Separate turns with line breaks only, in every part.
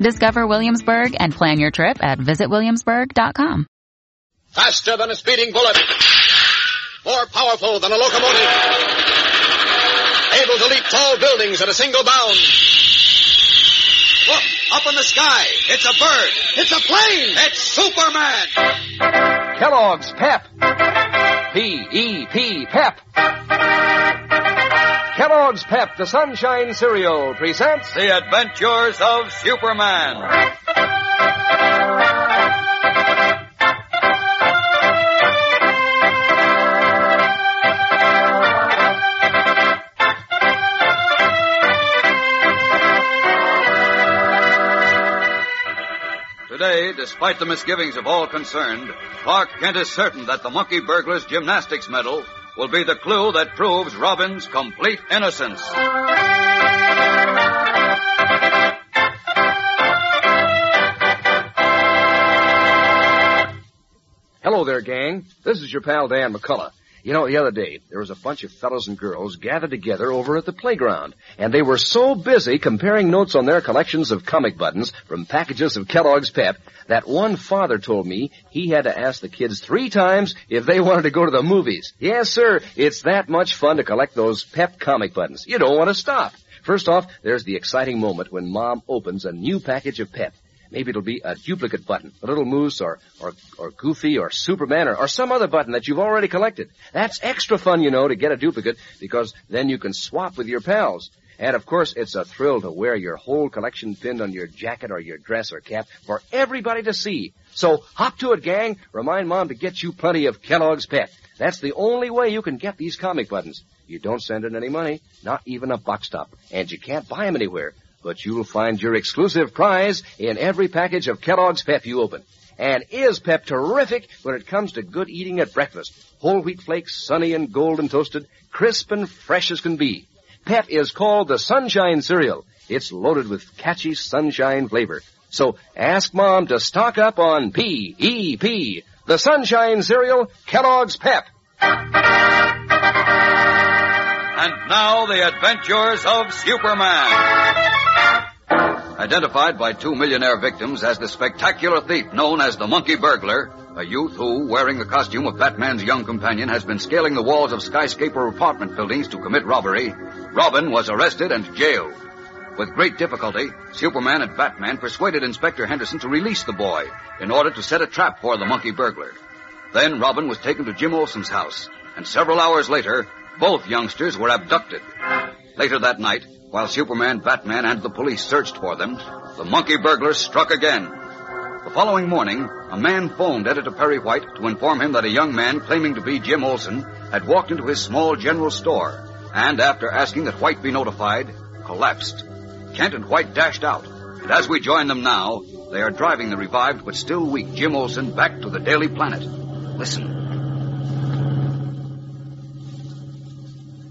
Discover Williamsburg and plan your trip at visitwilliamsburg.com.
Faster than a speeding bullet. More powerful than a locomotive. Able to leap tall buildings at a single bound. Look, up in the sky. It's a bird. It's a plane. It's Superman.
Kellogg's Pep. P-E-P, Pep. Kellogg's Pep, the Sunshine Cereal, presents The Adventures of Superman. Today, despite the misgivings of all concerned, Clark Kent is certain that the Monkey Burglar's gymnastics medal will be the clue that proves Robin's complete innocence.
Hello there, gang. This is your pal Dan McCullough. You know, the other day, there was a bunch of fellows and girls gathered together over at the playground, and they were so busy comparing notes on their collections of comic buttons from packages of Kellogg's Pep that one father told me he had to ask the kids three times if they wanted to go to the movies. Yes, sir, it's that much fun to collect those Pep comic buttons. You don't want to stop. First off, there's the exciting moment when Mom opens a new package of Pep. Maybe it'll be a duplicate button, a little moose or, or, or Goofy or Superman or, or some other button that you've already collected. That's extra fun, you know, to get a duplicate because then you can swap with your pals. And of course, it's a thrill to wear your whole collection pinned on your jacket or your dress or cap for everybody to see. So hop to it, gang. Remind Mom to get you plenty of Kellogg's Pet. That's the only way you can get these comic buttons. You don't send in any money, not even a box top, and you can't buy 'em anywhere. But you'll find your exclusive prize in every package of Kellogg's Pep you open. And is Pep terrific when it comes to good eating at breakfast? Whole wheat flakes, sunny and golden toasted, crisp and fresh as can be. Pep is called the Sunshine Cereal. It's loaded with catchy sunshine flavor. So ask Mom to stock up on P-E-P, the Sunshine Cereal, Kellogg's Pep.
And now, The Adventures of Superman. Identified by two millionaire victims as the spectacular thief known as the Monkey Burglar, a youth who, wearing the costume of Batman's young companion, has been scaling the walls of skyscraper apartment buildings to commit robbery, Robin was arrested and jailed. With great difficulty, Superman and Batman persuaded Inspector Henderson to release the boy in order to set a trap for the Monkey Burglar. Then Robin was taken to Jim Olsen's house, and several hours later, both youngsters were abducted. Later that night, while Superman, Batman, and the police searched for them, the monkey burglar struck again. The following morning, a man phoned Editor Perry White to inform him that a young man claiming to be Jim Olson had walked into his small general store and, after asking that White be notified, collapsed. Kent and White dashed out, and as we join them now, they are driving the revived but still weak Jim Olson back to the Daily Planet. Listen.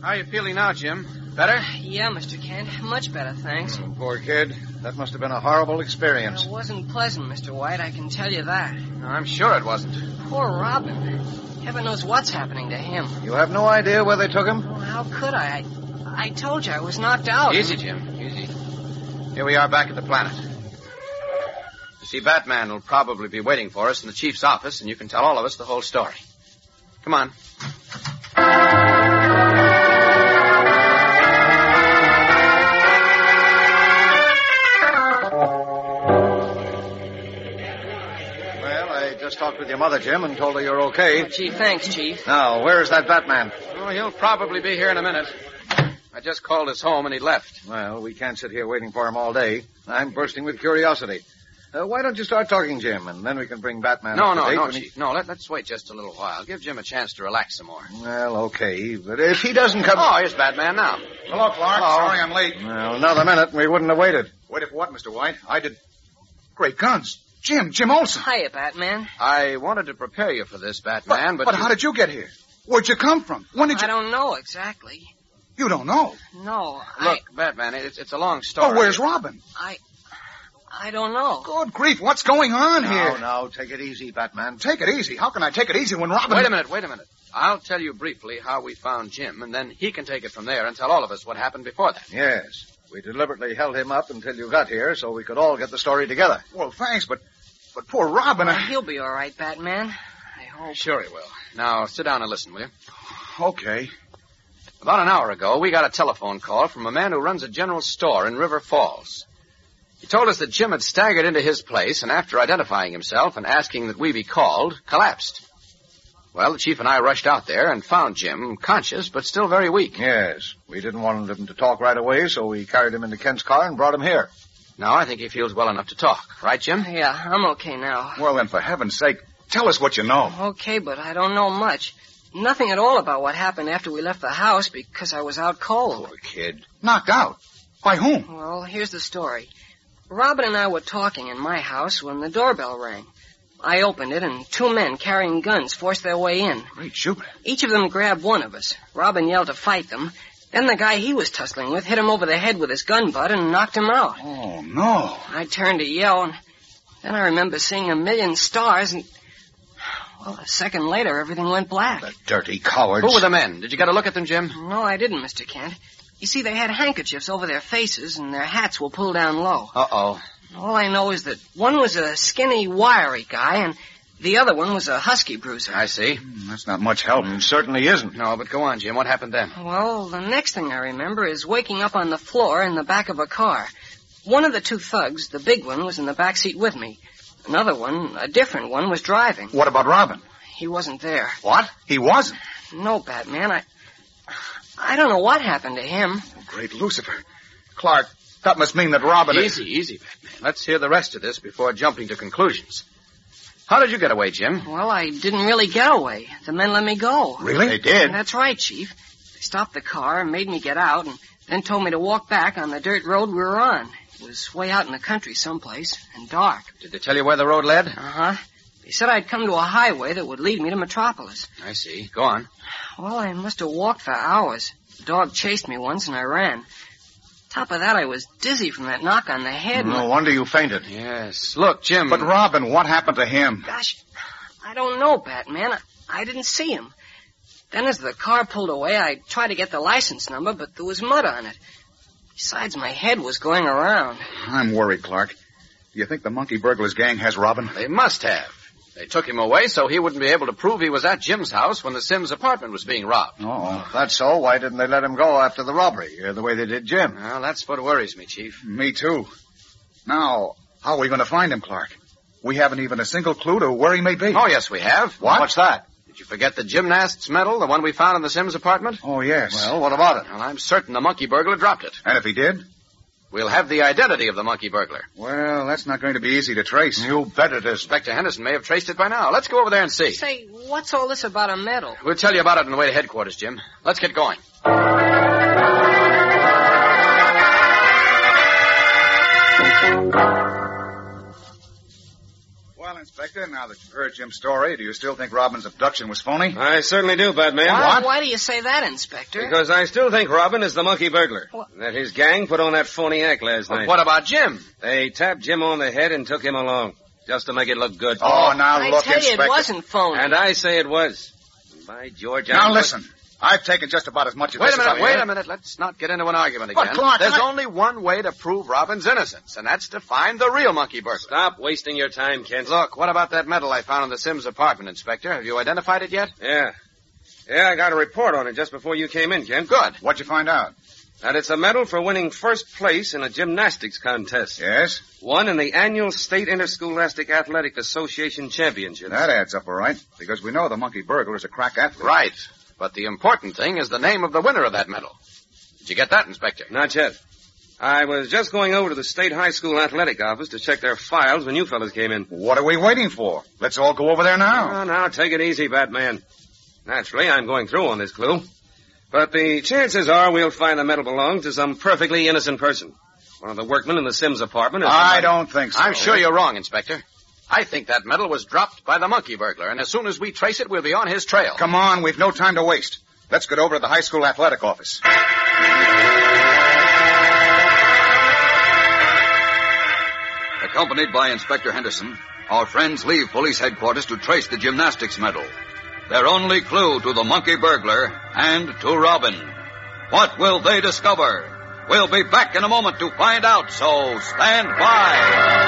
How are you feeling now, Jim? Better?
Yeah, Mr. Kent. Much better, thanks.
Poor kid. That must have been a horrible experience.
It wasn't pleasant, Mr. White, I can tell you that.
I'm sure it wasn't.
Poor Robin. Heaven knows what's happening to him.
You have no idea where they took him?
Well, how could I? I, I told you I was knocked out.
Easy, Jim. Easy. Here we are back at the planet. You see, Batman will probably be waiting for us in the chief's office, and you can tell all of us the whole story. Come on. Well, I just talked with your mother, Jim, and told her you're okay.
Gee, thanks, Chief.
Now, where is that Batman? Oh, he'll probably be here in a minute. I just called his home and he left. Well, we can't sit here waiting for him all day. I'm bursting with curiosity. Uh, why don't you start talking, Jim, and then we can bring Batman.
No,
up to
no,
date
no,
when he-
Chief. No, let, us wait just a little while. Give Jim a chance to relax some more.
Well, okay, but if he Oh. doesn't come,
Oh, here's Batman now.
Hello, Clark. Sorry I'm late.
well, another minute, and we wouldn't have waited.
Waited for what, Mr. White? I did. Great guns. Jim, Jim Olson.
Hiya, Batman.
I wanted to prepare you for this, Batman, but,
but
you-
how did you get here? Where'd you come from? When did
I
you?
don't know exactly.
You don't know.
No,
Look, Batman, it's, it's a long story.
Oh, where's Robin?
I, I, I don't know.
Good grief! What's going on
Now,
here?
now, take it easy, Batman.
Take it easy. How can I take it easy when Robin?
Wait a minute, wait a minute. I'll tell you briefly how we found Jim, and then he can take it from there and tell all of us what happened before that.
Yes. We deliberately held him up until you got here so we could all get the story together.
Well, thanks, but but poor Robin.
Well,
I-
he'll be all right, Batman. I hope.
Sure he will. Now, sit down and listen, will you?
Okay.
About an hour ago, we got a telephone call from a man who runs a general store in River Falls. He told us that Jim had staggered into his place and after identifying himself and asking that we be called, collapsed. Well, the chief and I rushed out there and found Jim conscious but still very weak.
Yes. We didn't want him to talk right away, so we carried him into Kent's car and brought him here.
Now I think he feels well enough to talk. Right, Jim?
Yeah, I'm okay now.
Well, then, for heaven's sake, tell us what you know.
Okay, but I don't know much. Nothing at all about what happened after we left the house because I was out cold.
Poor kid.
Knocked out. By whom?
Well, here's the story. Robin and I were talking in my house when the doorbell rang. I opened it and two men carrying guns forced their way in.
Great Jupiter.
Each of them grabbed one of us. Robin yelled to fight them. Then the guy he was tussling with hit him over the head with his gun butt and knocked him out.
Oh no.
I turned to yell, and then I remember seeing a million stars, and well, a second later everything went black.
The dirty cowards.
Who were the men? Did you get a look at them, Jim?
No, I didn't, Mr. Kent. You see, they had handkerchiefs over their faces, and their hats were pulled down low.
Uh-oh.
All I know is that one was a skinny, wiry guy, and the other one was a husky bruiser.
I see.
Hmm, That's not much help.
It certainly isn't.
No, but go on, Jim. What happened then?
Well, the next thing I remember is waking up on the floor in the back of a car. One of the two thugs, the big one, was in the back seat with me. Another one, a different one, was driving.
What about Robin?
He wasn't there.
What? He wasn't.
No, Batman, I... I don't know what happened to him.
Great Lucifer. Clark, that must mean that Robin. is-
Easy, easy, Batman. Let's hear the rest of this before jumping to conclusions. How did you get away, Jim?
Well, I didn't really get away. The men let me go.
Really? They did.
That's right, Chief. They stopped the car and made me get out and then told me to walk back on the dirt road we were on. It was way out in the country someplace and dark.
Did they tell you where the road led?
Uh huh. They said I'd come to a highway that would lead me to Metropolis.
I see. Go on.
Well, I must have walked for hours. The dog chased me once and I ran. Top of that, I was dizzy from that knock on the head.
No wonder you fainted.
Yes. Look, Jim.
But Robin, what happened to him?
Gosh, I don't know, Batman. I, I didn't see him. Then as the car pulled away, I tried to get the license number, but there was mud on it. Besides, my head was going around.
I'm worried, Clark. Do you think the monkey burglars gang has Robin?
They must have. They took him away so he wouldn't be able to prove he was at Jim's house when the Sims apartment was being robbed.
Oh,
If that's so, why didn't they let him go after the robbery, uh, the way they did Jim?
Well, that's what worries me, Chief.
me too. Now, how are we going to find him, Clark? We haven't even a single clue to where he may be.
Oh, yes, we have.
What?
What's that?
Did you forget the gymnast's medal, the one we found in the Sims apartment?
Oh, yes.
Well, what about it?
Well, I'm certain the monkey burglar dropped it.
and if he did,
We'll have the identity of the monkey burglar.
well, that's not going to be easy to trace.
You bet it isn't.
Inspector Henderson may have traced it by now. Let's go over there and see.
Say, what's all this about a medal?
We'll tell you about it on the way to headquarters, Jim. Let's get going.
Well, Inspector, now that you've heard Jim's story, do you still think Robin's abduction was phony?
I certainly do, Batman.
why, why do you say that, Inspector?
Because I still think Robin is the monkey burglar.
What?
That his gang put on that phony act last
But
night.
what about Jim?
They tapped Jim on the head and took him along, just to make it look good.
Oh, now
I
look,
tell you,
Inspector.
it wasn't phony.
And I say it was. By George, I
Now
was-
listen, I've taken just about as much of
Wait
this
a
as
minute,
I
wait
have.
a minute. Let's not get into an argument
But,
again.
Clark,
There's
I-
only one way to prove Robin's innocence, and that's to find the real monkey burglar.
Stop wasting your time, Kent.
Look, what about that medal I found in the Sims apartment, Inspector? Have you identified it yet?
Yeah. Yeah, I got a report on it just before you came in, Kent.
Good.
What'd you find out?
That it's a medal for winning first place in a gymnastics contest.
Yes,
One in the annual State Interscholastic Athletic Association Championships.
that adds up all right, because we know the monkey burglar is a crack athlete.
Right. But the important thing is the name of the winner of that medal. Did you get that, Inspector?
Not yet. I was just going over to the State High School Athletic Office to check their files when you fellas came in.
What are we waiting for? Let's all go over there now.
Now, now, take it easy, Batman. Naturally, I'm going through on this clue. But the chances are we'll find the medal belongs to some perfectly innocent person. One of the workmen in the Sims apartment is...
I don't think so.
I'm sure you're wrong, Inspector. I think that medal was dropped by the monkey burglar, and as soon as we trace it, we'll be on his trail.
Come on, we've no time to waste. Let's get over to the high school athletic office.
Accompanied by Inspector Henderson, our friends leave police headquarters to trace the gymnastics medal. Their only clue to the monkey burglar and to Robin. What will they discover? We'll be back in a moment to find out, so stand by.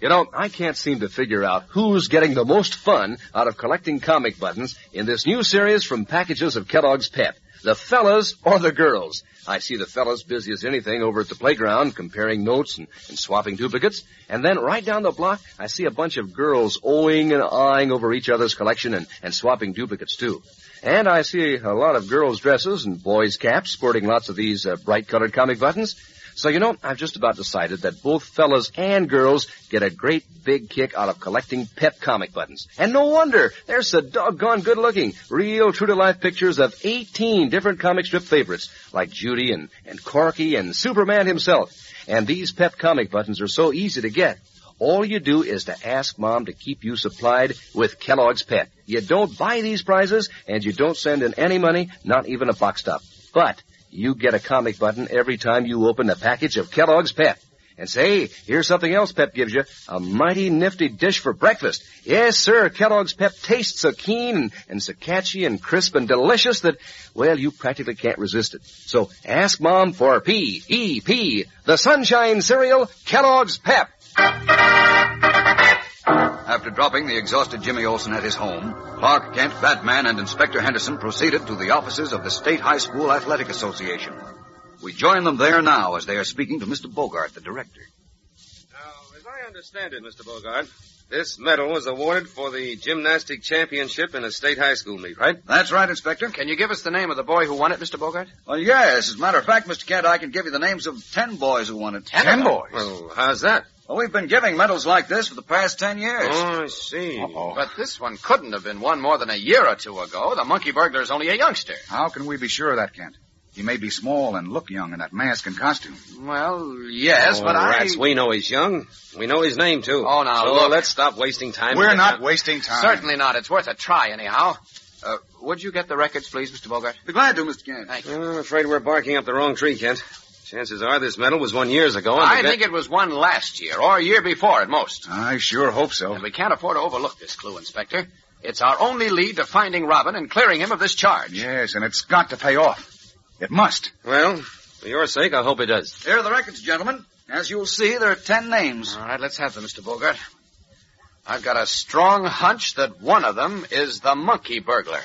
You know, I can't seem to figure out who's getting the most fun out of collecting comic buttons in this new series from packages of Kellogg's Pep. The fellas or the girls? I see the fellas busy as anything over at the playground comparing notes and, and swapping duplicates. And then right down the block, I see a bunch of girls owing and eyeing over each other's collection and, and swapping duplicates too. And I see a lot of girls' dresses and boys' caps sporting lots of these uh, bright colored comic buttons. So, you know, I've just about decided that both fellas and girls get a great big kick out of collecting pep comic buttons. And no wonder! They're so doggone good looking. Real true to life pictures of 18 different comic strip favorites, like Judy and, and Corky and Superman himself. And these pep comic buttons are so easy to get. All you do is to ask Mom to keep you supplied with Kellogg's Pep. You don't buy these prizes, and you don't send in any money, not even a box top. But, you get a comic button every time you open a package of Kellogg's Pep. And say, here's something else Pep gives you. A mighty nifty dish for breakfast. Yes, sir, Kellogg's Pep tastes so keen and, and so catchy and crisp and delicious that, well, you practically can't resist it. So ask Mom for P-E-P, the Sunshine Cereal, Kellogg's Pep.
After dropping the exhausted Jimmy Olsen at his home, Clark Kent, Batman, and Inspector Henderson proceeded to the offices of the State High School Athletic Association. We join them there now as they are speaking to Mr. Bogart, the director.
Now, as I understand it, Mr. Bogart, this medal was awarded for the gymnastic championship in a state high school meet, right?
That's right, Inspector.
Can you give us the name of the boy who won it, Mr. Bogart?
Well, yes. As a matter of fact, Mr. Kent, I can give you the names of ten boys who won it.
Ten boys?
Well, how's that?
Well, we've been giving medals like this for the past ten years.
Oh, I see.
Uh-oh.
But this one couldn't have been won more than a year or two ago. The monkey burglar is only a youngster.
How can we be sure of that, Kent? He may be small and look young in that mask and costume.
Well, yes,
Oh,
but
rats,
I...
we know he's young. We know his name, too.
Oh, now,
so
look.
let's stop wasting time.
We're
on
not
that.
wasting time.
Certainly not. It's worth a try, anyhow. Uh, would you get the records, please, Mr. Bogart?
Be glad to, Mr. Kent.
Thank you.
Well, I'm afraid we're barking up the wrong tree, Kent. Chances are this medal was won years ago. and
I
the guy-
think it was won last year, or a year before at most.
I sure hope so.
And we can't afford to overlook this clue, Inspector. It's our only lead to finding Robin and clearing him of this charge.
Yes, and it's got to pay off. It must.
Well, for your sake, I hope it does.
Here are the records, gentlemen. As you'll see, there are ten names.
All right, let's have them, Mr. Bogart. I've got a strong hunch that one of them is the monkey burglar.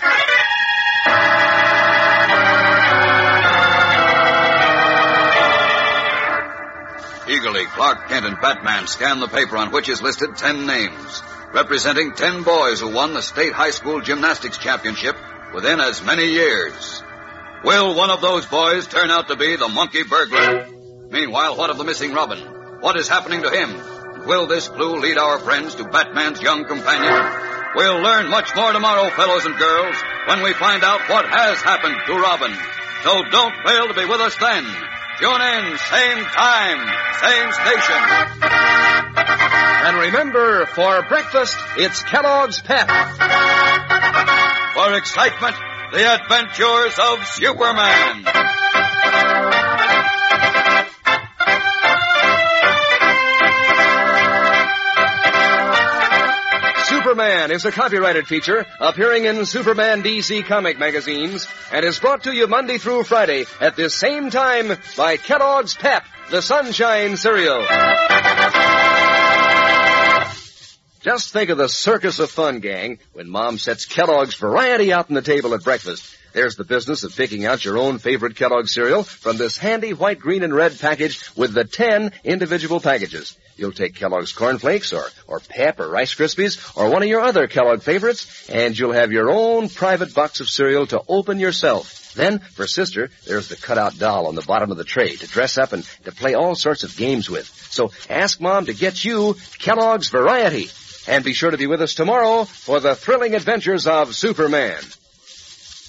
Eagerly, Clark Kent and Batman scan the paper on which is listed ten names, representing ten boys who won the state high school gymnastics championship within as many years. Will one of those boys turn out to be the monkey burglar? Meanwhile, what of the missing Robin? What is happening to him? And Will this clue lead our friends to Batman's young companion? We'll learn much more tomorrow, fellows and girls, when we find out what has happened to Robin. So don't fail to be with us then. Tune in, same time, same station.
And remember, for breakfast, it's Kellogg's Pep.
for excitement, the adventures of Superman.
Superman is a copyrighted feature appearing in Superman DC comic magazines and is brought to you Monday through Friday at this same time by Kellogg's Pep, the Sunshine Cereal. Just think of the circus of fun, gang, when Mom sets Kellogg's variety out on the table at breakfast. There's the business of picking out your own favorite Kellogg cereal from this handy white, green, and red package with the ten individual packages. You'll take Kellogg's Corn Flakes or, or Pep or Rice Krispies or one of your other Kellogg favorites and you'll have your own private box of cereal to open yourself. Then, for sister, there's the cutout doll on the bottom of the tray to dress up and to play all sorts of games with. So ask Mom to get you Kellogg's Variety. And be sure to be with us tomorrow for the thrilling adventures of Superman.